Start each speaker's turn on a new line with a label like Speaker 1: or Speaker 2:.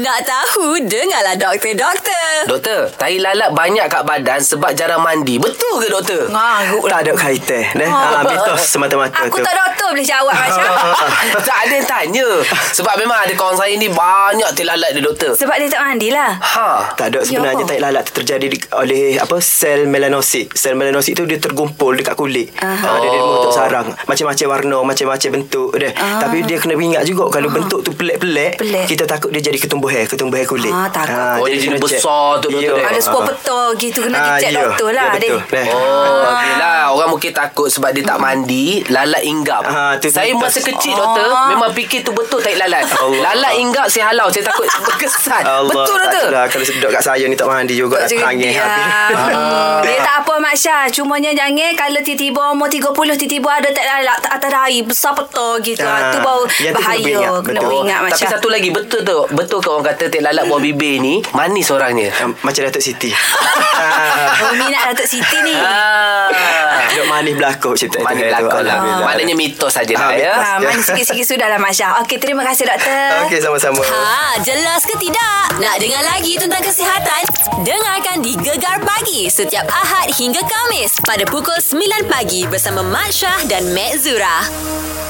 Speaker 1: Nak tahu, dengarlah doktor, doktor.
Speaker 2: Doktor, tai lalat banyak kat badan sebab jarang mandi. Betul ke doktor?
Speaker 1: Ngaruk
Speaker 3: Tak ada kaitan eh.
Speaker 1: Ah.
Speaker 3: Ah, mitos semata-mata
Speaker 1: Aku
Speaker 3: tu.
Speaker 1: tak doktor boleh jawab macam.
Speaker 2: tak ada yang tanya. Sebab memang ada kawan saya ni banyak tai lalat dia doktor.
Speaker 1: Sebab dia tak lah. mandilah.
Speaker 2: Ha.
Speaker 3: Tak ada sebenarnya
Speaker 1: Ya.
Speaker 3: tai lalat tu terjadi di, oleh apa sel melanosit. Sel melanosit tu dia tergumpul dekat kulit. Ah, dia dia bentuk sarang. Macam-macam warna, macam-macam bentuk dia. Tapi dia kena ingat juga kalau bentuk tu
Speaker 1: Ah.
Speaker 3: pelik-pelik,
Speaker 1: Pelik.
Speaker 3: kita takut dia jadi ketumbuh hair, ketumbuh hair kulit.
Speaker 1: Ah, takut.
Speaker 2: Oh, dia
Speaker 3: jadi
Speaker 2: jadi
Speaker 3: kena check.
Speaker 2: besar tu,
Speaker 3: Ya.
Speaker 2: betul-betul.
Speaker 1: Ada sebuah petol gitu kena ah, dicek
Speaker 3: ya.
Speaker 1: doktor lah.
Speaker 3: Ya, betul.
Speaker 1: Dek.
Speaker 3: Deh.
Speaker 2: Oh, yelah. Orang mungkin takut sebab dia tak mandi, lalat hinggap.
Speaker 3: Ah, tu
Speaker 2: saya
Speaker 3: mitos.
Speaker 2: masa kecil, doktor, memang fikir tu betul tai lalat. Lalat hinggap saya halau. Saya takut berkesan.
Speaker 3: Allah,
Speaker 2: betul,
Speaker 1: lah
Speaker 3: tak
Speaker 2: doktor?
Speaker 3: adalah. Kalau sedap kat saya ni tak mandi juga.
Speaker 1: Tak
Speaker 3: Tak
Speaker 1: cakap
Speaker 3: hangin
Speaker 1: dia.
Speaker 3: habis.
Speaker 2: Ah.
Speaker 1: Hmm, Dia tak apa Mak Syah Cumanya jangan Kalau tiba-tiba umur 30 Tiba-tiba ada tak ada lah, atas dahi Besar petol gitu
Speaker 3: Ah,
Speaker 1: Itu
Speaker 2: ya,
Speaker 1: baru
Speaker 3: yang tu kena
Speaker 1: bahaya
Speaker 3: beringat,
Speaker 1: Kena
Speaker 3: betul.
Speaker 1: beringat Mak
Speaker 2: Tapi
Speaker 1: Syah
Speaker 2: satu lagi betul tu. Betul ke orang kata tek lalat buah bibir ni manis orangnya.
Speaker 3: Ah, Macam Datuk Siti.
Speaker 1: Oh, Minat Datuk Siti ni
Speaker 2: Ah.
Speaker 3: Duduk manis belakang cerita tu.
Speaker 2: Manis
Speaker 3: hair tu,
Speaker 2: belakang lah.
Speaker 3: Alhamdulillah.
Speaker 2: Maknanya mitos saja lah
Speaker 3: Ah,
Speaker 2: ya.
Speaker 3: mitos.
Speaker 1: Ha, Manis sikit-sikit sudahlah Mak Syah Okey terima kasih doktor
Speaker 3: Okey, sama-sama.
Speaker 1: Ha, jelas ke tidak? Nak dengar lagi tentang kesihatan? Dengarkan di Gegar Pagi setiap Ahad hingga Kamis pada pukul 9 pagi bersama Mat Syah dan Mat Zura.